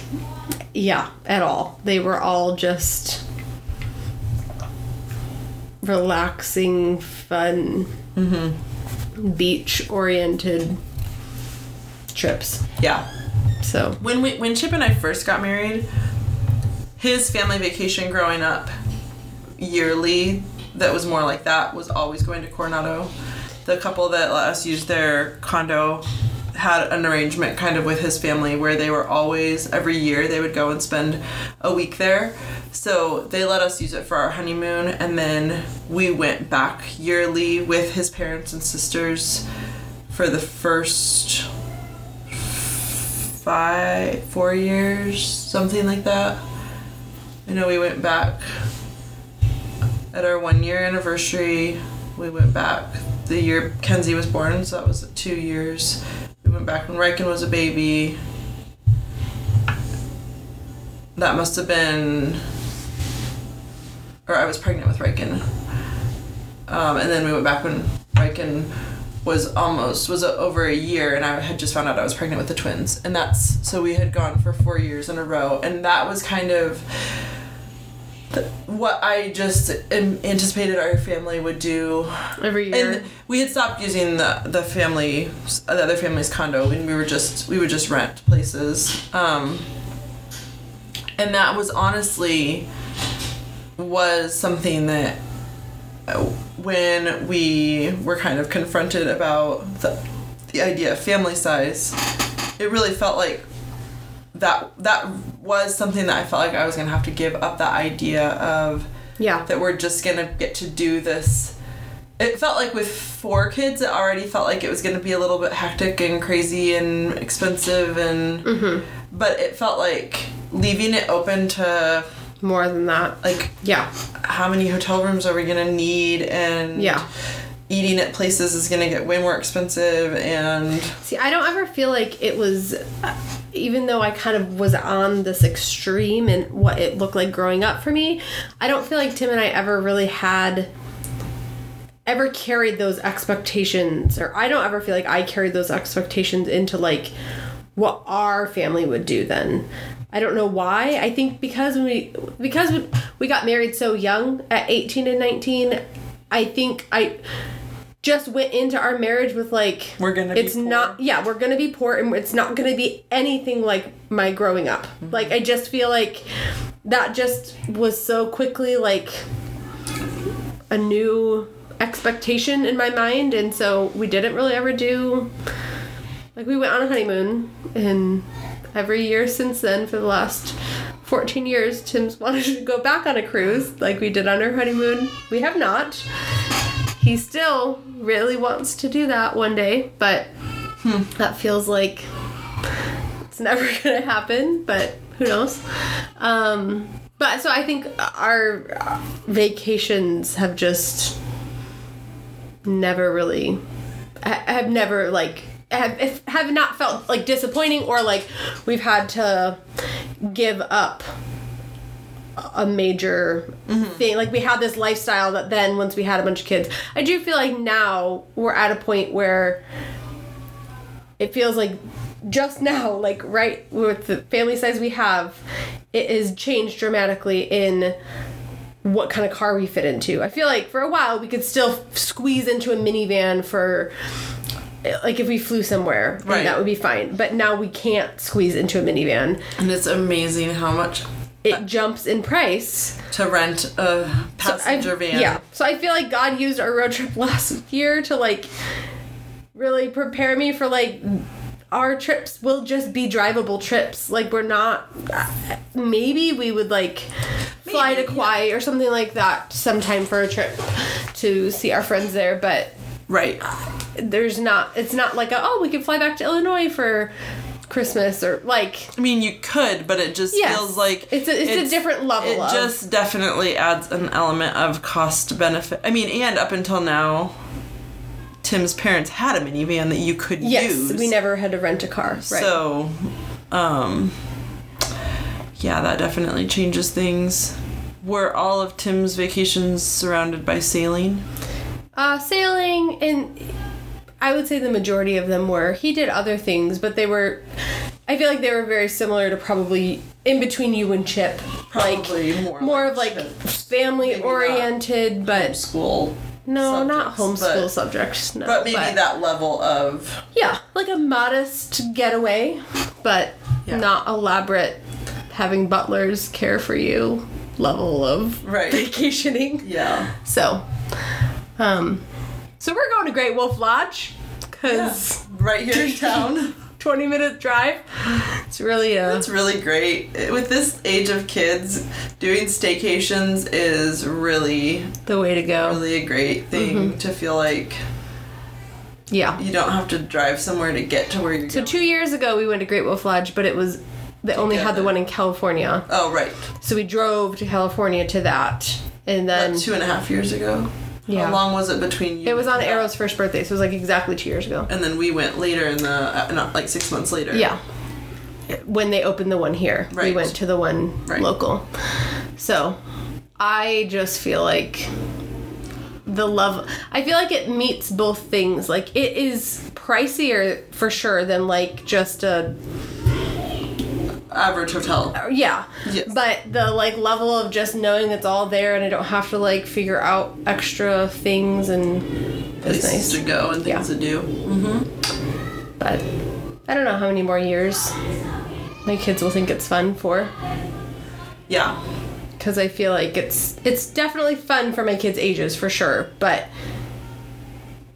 A: yeah, at all. They were all just relaxing, fun, beach oriented trips.
E: Yeah.
A: So
E: When we, when Chip and I first got married, his family vacation growing up yearly that was more like that was always going to Coronado. The couple that let us use their condo had an arrangement kind of with his family where they were always every year they would go and spend a week there. So they let us use it for our honeymoon and then we went back yearly with his parents and sisters for the first five, four years, something like that. I know we went back at our one year anniversary. We went back the year Kenzie was born, so that was two years. We went back when Riken was a baby. That must have been, or I was pregnant with Riken. Um, and then we went back when Riken was almost was uh, over a year, and I had just found out I was pregnant with the twins, and that's so we had gone for four years in a row, and that was kind of th- what I just am- anticipated our family would do.
A: every year.
E: And we had stopped using the the family the other family's condo, and we were just we would just rent places. Um, and that was honestly was something that uh, when we were kind of confronted about the, the idea of family size, it really felt like that that was something that I felt like I was gonna have to give up that idea of
A: yeah.
E: that we're just gonna get to do this. It felt like with four kids, it already felt like it was gonna be a little bit hectic and crazy and expensive and.
A: Mm-hmm.
E: But it felt like leaving it open to
A: More than that.
E: like
A: Yeah.
E: how many hotel rooms are we gonna need and
A: Yeah.
E: eating at places is gonna get way more expensive and
A: See, I don't ever feel like it was, uh, even though I kind of was on this extreme and what it looked like growing up for me, I don't feel like Tim and I ever really had, ever carried those expectations, or I don't ever feel like I carried those expectations into like what our family would do then. I don't know why. I think because when we because we- we got married so young at 18 and 19, I think I just went into our marriage with like
E: We're gonna be
A: it's
E: poor.
A: not yeah we're gonna be poor and it's not gonna be anything like my growing up
E: Mm-hmm.
A: like i just feel like that just was so quickly like a new expectation in my mind and so we didn't really ever do like we went on a honeymoon and every year since then for the last 14 years tim's wanted to go back on a cruise like we did on our honeymoon we have not he still really wants to do that one day but that feels like it's never gonna happen but who knows um but so i think our vacations have just never really ha- have never like have, if- have not felt like disappointing or like we've had to give up a major thing like we had this lifestyle that then once we had a bunch of kids i do feel like now we're at a point where it feels like just now like right with the family size we have it has changed dramatically in what kind of car we fit into. I feel like for a while we could still squeeze into a minivan for like if we flew somewhere, then
E: Right.
A: that would be fine. But now we can't squeeze into a minivan.
E: and it's amazing how much
A: It jumps in price.
E: to rent a
A: So I-
E: passenger van
A: Yeah. So I feel like God used our road trip last year to like really prepare me for like our trips will just be drivable trips. Like we're not uh, maybe we would like fly
E: Maybe,
A: to Kauai or something like that sometime for a trip to see our friends there, but
E: right
A: there's not it's not like a, oh we could fly back to Illinois for Christmas or like
E: I mean, you could, but it just
A: Yes.
E: feels like
A: It's a- it's a different level
E: It
A: of-
E: just definitely adds an element of cost benefit. I mean, and up until now, Tim's parents had a minivan that you could
A: yes,
E: use.
A: we never had to rent a car. Right.
E: So, um, yeah, that definitely changes things. Were all of Tim's vacations surrounded by sailing?
A: uh, sailing and i would say the majority of them were he did other things but they were i feel like they were very similar to probably in between you and chip
E: Probably
A: like
E: more
A: more
E: like
A: of like
E: Chip.
A: family oriented but
E: School
A: No, not
E: Subjects,
A: homeschool
E: but-
A: subjects. No,
E: But maybe that level of
A: Yeah, like a modest getaway, but
E: Yeah.
A: not elaborate. Having butlers care for you level of
E: right.
A: vacationing.
E: Yeah.
A: So, um, so we're going to Great Wolf Lodge because
E: Right here in town.
A: 20 minute drive. It's really uh, a
E: It's really great. With this age of kids, doing staycations is really,
A: the way to go.
E: really a great thing
A: Mm-hmm.
E: to feel like
A: Yeah.
E: you don't have to drive somewhere to get to where you're
A: So
E: going.
A: two years ago we went to Great Wolf Lodge, but it was they only had the
E: Together.
A: one in California.
E: Oh, right.
A: So we drove to California to that, and then
E: About two and a half years ago.
A: Yeah.
E: How long was it between you?
A: it was on
E: and-
A: Arrow's first birthday, so it was like exactly two years ago.
E: And then we went later in the, uh, not like six months later.
A: Yeah. When they opened the one here, we
E: Right.
A: went to the one
E: Right.
A: local. So I just feel like the love I feel like it meets both things. Like it is pricier for sure than like just a
E: Average hotel.
A: yeah.
E: Yes.
A: But the like level of just knowing that's all there and I don't have to like figure out extra things and that's
E: Places
A: nice.
E: to go and things
A: Yeah.
E: to do.
A: But I don't know how many more years my kids will think it's fun for.
E: Yeah.
A: because I feel like it's it's definitely fun for my kids' ages for sure, but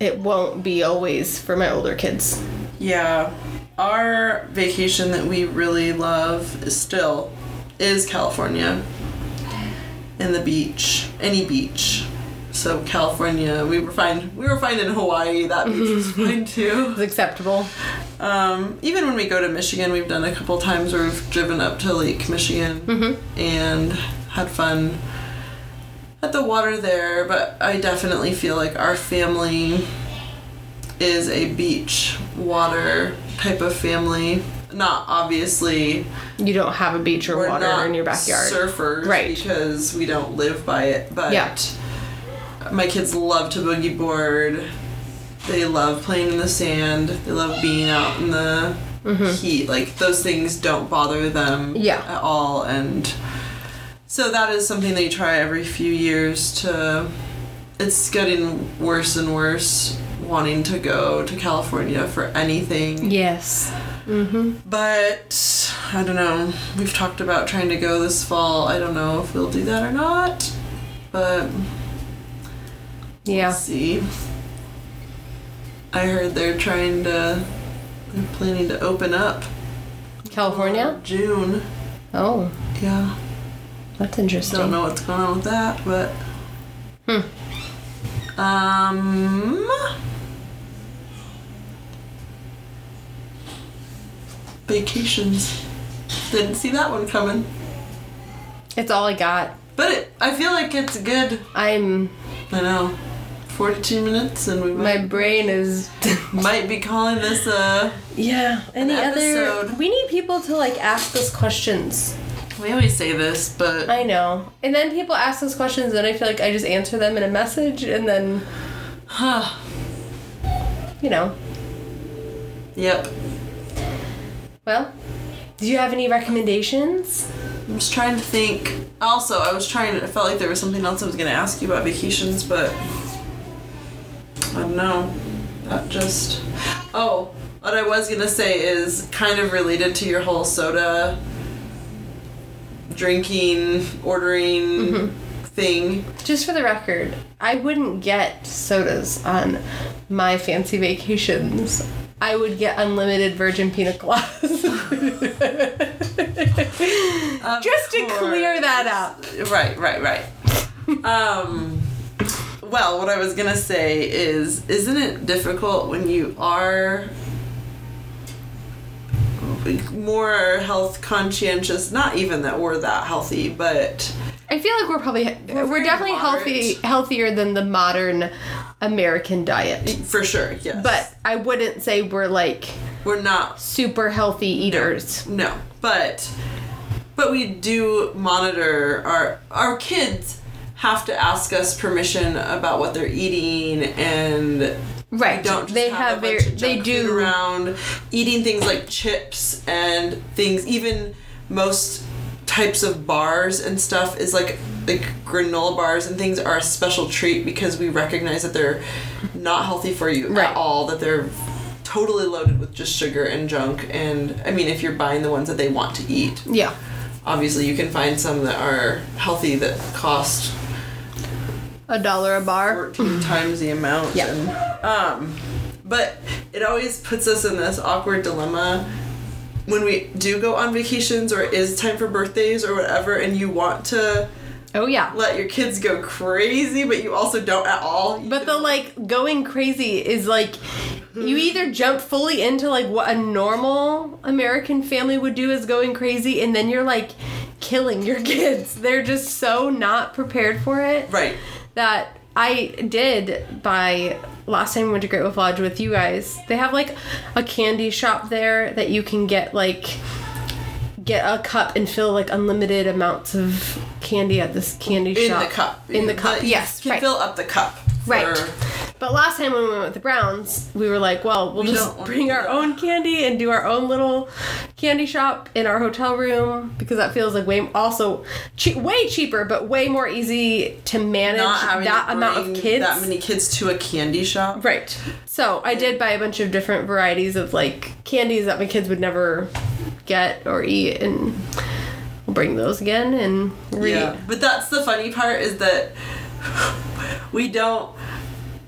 A: it won't be always for my older kids.
E: Yeah. Our vacation that we really love is still is California and the beach, any beach. So California, we were fine. We were fine in Hawaii. That beach was
A: Mm-hmm.
E: fine too.
A: It's acceptable.
E: Um, even when we go to Michigan, we've done a couple times where we've driven up to Lake Michigan and had fun at the water there. But I definitely feel like our family is a beach water type of family. Not obviously
A: You don't have a beach or
E: we're
A: water
E: not
A: in your backyard.
E: surfers,
A: Right.
E: Because we don't live by it. But
A: Yeah.
E: my kids love to boogie board. They love playing in the sand. They love being out in the heat. Like those things don't bother them
A: Mm-hmm. Yeah.
E: at all. And so that is something they try every few years to. It's getting worse and worse wanting to go to California for anything.
A: Yes.
E: But I don't know. We've talked about trying to go this fall. I don't know if we'll do that or not. But
A: Yeah.
E: let's see. I heard they're trying to they're planning to open up
A: California?
E: June.
A: Oh,
E: Yeah.
A: that's
E: Don't
A: interesting.
E: know what's going on with that, but
A: Hmm.
E: um vacations. Didn't see that one coming.
A: It's all I got.
E: But it, I feel like it's good.
A: I'm
E: I know. 42 minutes, and we
A: my
E: might,
A: brain is
E: might be calling this a.
A: Yeah. Any other
E: episode.
A: We need people to like ask us questions.
E: We always say this, but
A: I know. And then people ask those questions, and I feel like I just answer them in a message, and then, you know.
E: yep.
A: Well, do you have any recommendations?
E: I'm just trying to think. Also, I was trying. I felt like there was something else I was going to ask you about vacations, but I don't know. That just. Oh, what I was going to say is kind of related to your whole soda drinking, ordering thing.
A: Just for the record, I wouldn't get sodas on my fancy vacations. I would get unlimited virgin pina coladas.
E: Of
A: just to
E: course.
A: clear that up.
E: Right, right, right. um, well, what I was gonna say is, isn't it difficult when you are more health conscientious? Not even that we're that healthy, but
A: I feel like we're probably we're,
E: very
A: definitely
E: moderate.
A: healthy healthier than the modern American diet.
E: for sure, yes.
A: But I wouldn't say we're like
E: we're not
A: super healthy eaters.
E: No, but but we do monitor our our kids have to ask us permission about what they're eating and
A: Right.
E: don't just
A: they
E: have,
A: have,
E: a
A: their
E: bunch of
A: they
E: junk
A: do
E: food around eating things like chips and things even most types of bars and stuff is like like granola bars and things are a special treat because we recognize that they're not healthy for you
A: Right.
E: at all. That they're totally loaded with just sugar and junk. And I mean, if you're buying the ones that they want to eat,
A: Yeah.
E: obviously you can find some that are healthy that cost
A: A dollar a bar.
E: 14 times the amount.
A: Yeah.
E: And, um, but it always puts us in this awkward dilemma when we do go on vacations or it is time for birthdays or whatever, and you want to
A: Oh yeah.
E: let your kids go crazy, but you also don't at all. You
A: But the like going crazy is like you
E: Hmm.
A: either jump fully into like what a normal American family would do is going crazy and then you're like killing your kids. They're just so not prepared for it.
E: Right.
A: That I did by last time we went to Great Wolf Lodge with you guys. They have like a candy shop there that you can get like get a cup and fill like unlimited amounts of candy at this candy
E: in
A: shop.
E: the cup.
A: In the cup.
E: You
A: yes.
E: can
A: right.
E: fill up the cup.
A: Right.
E: for-
A: But last time when we went with the Browns, we were like, well, we'll
E: We don't
A: just
E: want
A: bring
E: to do
A: our
E: that.
A: own candy and do our own little candy shop in our hotel room because that feels like way also che- way cheaper, but way more easy to manage
E: Not having
A: that
E: to
A: amount
E: bring
A: of kids.
E: That many kids to a candy shop.
A: Right. So I did buy a bunch of different varieties of like candies that my kids would never get or eat, and we'll bring those again and re-
E: Yeah, but that's the funny part is that we don't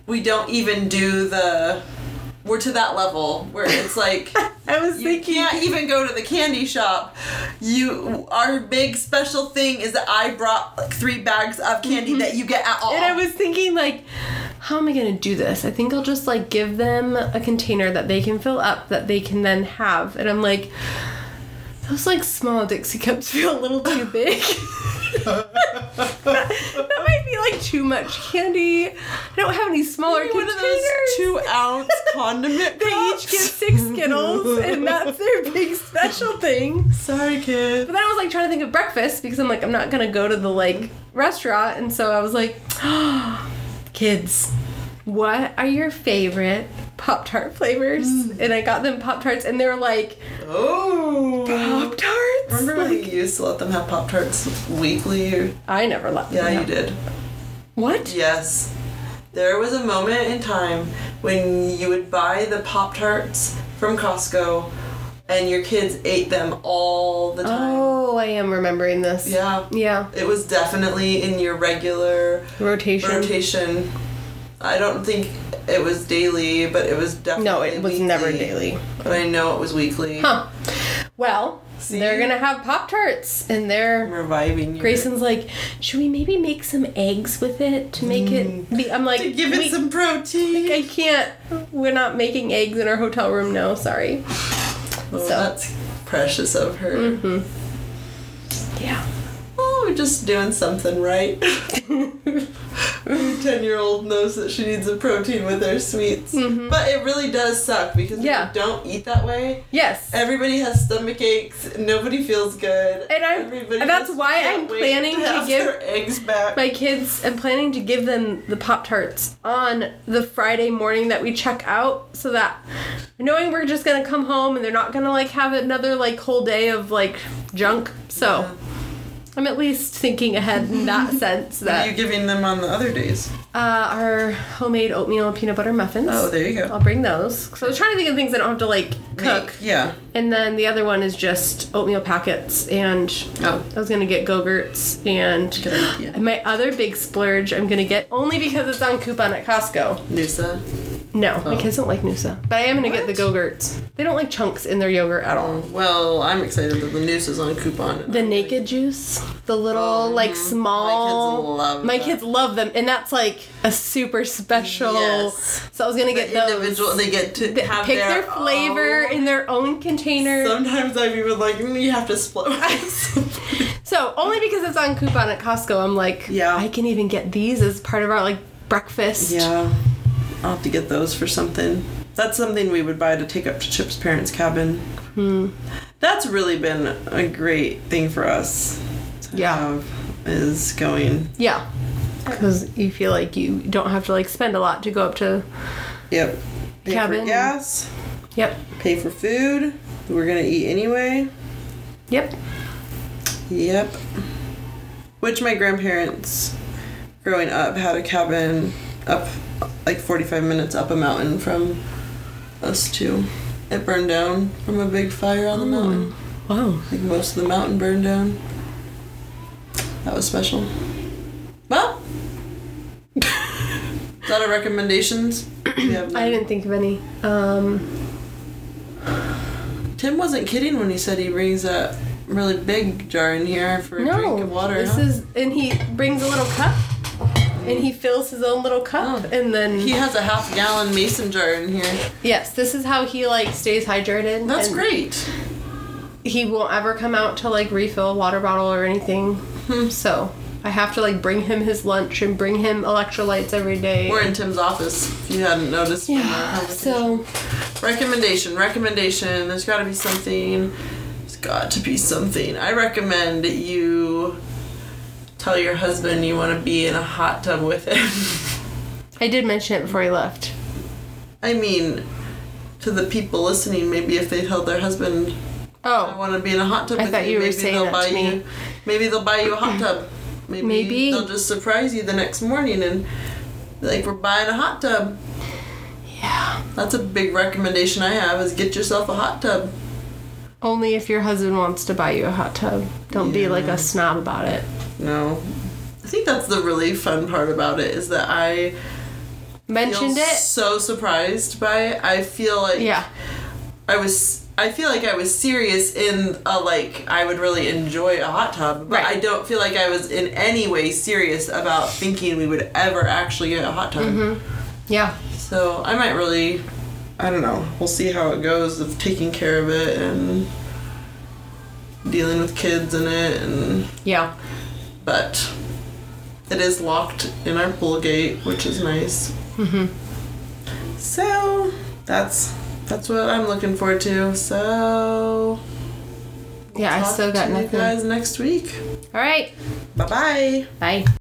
E: we don't even do the we're to that level where it's like
A: I was
E: you
A: thinking.
E: can't even go to the candy shop. You our big special thing is that I brought like three bags of candy that you get at all.
A: Mm-hmm. And I was thinking like, how am I gonna do this? I think I'll just like give them a container that they can fill up that they can then have. And I'm like, those like small Dixie cups feel a little too big. that, that might be like too much candy. I don't have any smaller
E: Maybe one
A: containers.
E: of those two ounce condiment
A: they each
E: cups.
A: get six Skittles, and that's their big special thing.
E: Sorry,
A: But
E: kid.
A: then I was like trying to think of breakfast because I'm like, I'm not gonna go to the like restaurant. And so I was like, kids, what are your favorite Pop Tart flavors?
E: Mm.
A: And I got them Pop Tarts and they were like,
E: Oh.
A: Pop Tarts?
E: Remember when you used to let them have Pop Tarts weekly? Or,
A: I never let them.
E: yeah, you
A: have-
E: did.
A: What?
E: Yes. There was a moment in time when you would buy the Pop Tarts from Costco and your kids ate them all the time.
A: Oh, I am remembering this.
E: Yeah.
A: Yeah.
E: It was definitely in your regular
A: Rotation.
E: rotation. I don't think it was daily, but it was definitely
A: No, it was
E: weekly.
A: never daily.
E: But I know it was weekly.
A: Huh. Well,
E: See?
A: they're gonna have Pop Tarts and they're.
E: Reviving your
A: Grayson's like, should we maybe make some eggs with it to make it be? I'm like,
E: Mm. to give it
A: "We-
E: some protein.
A: I can't. We're not making eggs in our hotel room. No, sorry.
E: Oh,
A: so- Mm-hmm.
E: that's precious of her.
A: Yeah.
E: Oh, we're just doing something right. Ten year old knows that she needs a protein with her sweets. But it really does suck because
A: Mm-hmm. Yeah.
E: if you don't eat that way,
A: Yes.
E: everybody has stomach aches, nobody feels good.
A: And I'm-
E: everybody
A: and that's
E: just
A: why
E: can't
A: I'm
E: wait
A: planning to
E: have
A: give
E: their eggs back.
A: My kids, I'm planning to give them the Pop Tarts on the Friday morning that we check out so that knowing we're just gonna come home and they're not gonna like have another like whole day of like junk. So I'm at least thinking ahead in that sense
E: What are
A: that
E: you giving them on the other days?
A: uh, our homemade oatmeal and peanut butter muffins.
E: Oh, there you
A: I'll
E: go.
A: bring those. So I was trying to think of things I don't have to like cook.
E: Make- Yeah.
A: And then the other one is just oatmeal packets, and
E: Oh.
A: I was gonna get Go-Gurts, and
E: Good idea.
A: and my other big splurge I'm gonna get only because it's on coupon at Costco.
E: Noosa.
A: No,
E: Oh.
A: my kids don't like Noosa, but I am gonna get the Go-Gurts. They don't like chunks in their yogurt at all.
E: Well, I'm excited that the Noosa's on coupon.
A: The naked juice, the little like small.
E: Mm-hmm. love
A: My
E: that.
A: kids love them, and that's like a super special.
E: Yes.
A: So I was gonna get those.
E: individual, they get to
A: They
E: have
A: pick
E: their
A: their, flavor
E: own-
A: in their own container.
E: Sometimes I'm even like, mm, you have to split.
A: So only because it's on coupon at Costco, I'm like,
E: Yeah.
A: I can even get these as part of our like breakfast.
E: yeah, I'll have to get those for something. That's something we would buy to take up to Chip's parents' cabin. Hmm. That's really been a great thing for us. To
A: Yeah.
E: have, is going.
A: Yeah. Because you feel like you don't have to like spend a lot to go up to.
E: Yep. Pay
A: Cabin.
E: for gas.
A: Yep.
E: Pay for food. We're gonna eat anyway.
A: Yep.
E: Yep. which my grandparents, growing up, had a cabin up like 45 minutes up a mountain from us too. It burned down from a big fire on the mountain.
A: Oh, Wow.
E: Like most of the mountain burned down. That was special. Well, is that our recommendations? We have
A: I
E: none.
A: didn't think of any. Um,
E: Tim wasn't kidding when he said he brings that really big jar in here for a
A: no.
E: drink of water.
A: oh, This
E: huh?
A: is and he brings a little cup and he fills his own little cup
E: Oh.
A: and then
E: He has a half gallon mason jar in here.
A: yes, this is how he like stays hydrated.
E: That's
A: and
E: great.
A: He won't ever come out to like refill a water bottle or anything.
E: Hmm.
A: so I have to like bring him his lunch and bring him electrolytes every day.
E: We're in Tim's office, if you hadn't noticed. from our
A: yeah.
E: conversation.
A: So
E: recommendation, recommendation. There's got to be something. There's got to be something. I recommend you tell your husband you want to be in a hot tub with him.
A: I did mention it before he left.
E: I mean, to the people listening, maybe if they tell their husband, "I
A: Oh,
E: want to be in a hot tub
A: I
E: with
A: thought
E: you,"
A: you were
E: maybe
A: saying
E: they'll
A: that
E: buy
A: to me.
E: you. Maybe they'll buy you a hot tub. Maybe,
A: Maybe.
E: they'll just surprise you the next morning and be like we're buying a hot tub.
A: yeah.
E: That's a big recommendation I have is get yourself a hot tub.
A: Only if your husband wants to buy you a hot tub. Don't be like a snob about it.
E: No. I think that's the really fun part about it is that I feel
A: Mentioned it.
E: so surprised by it. I feel like
A: Yeah.
E: I was I feel like I was serious in a like I would really enjoy a hot tub, but
A: Right.
E: I don't feel like I was in any way serious about thinking we would ever actually get a hot tub.
A: Yeah.
E: So I might really I don't know. We'll see how it goes of taking care of it and dealing with kids in it and
A: Yeah.
E: but it is locked in our pool gate, which is nice. Mm-hmm. So that's that's what I'm looking forward to. So
A: Yeah, I
E: talk
A: still got
E: to you
A: nothing.
E: guys next week.
A: All right.
E: Bye bye.
A: Bye.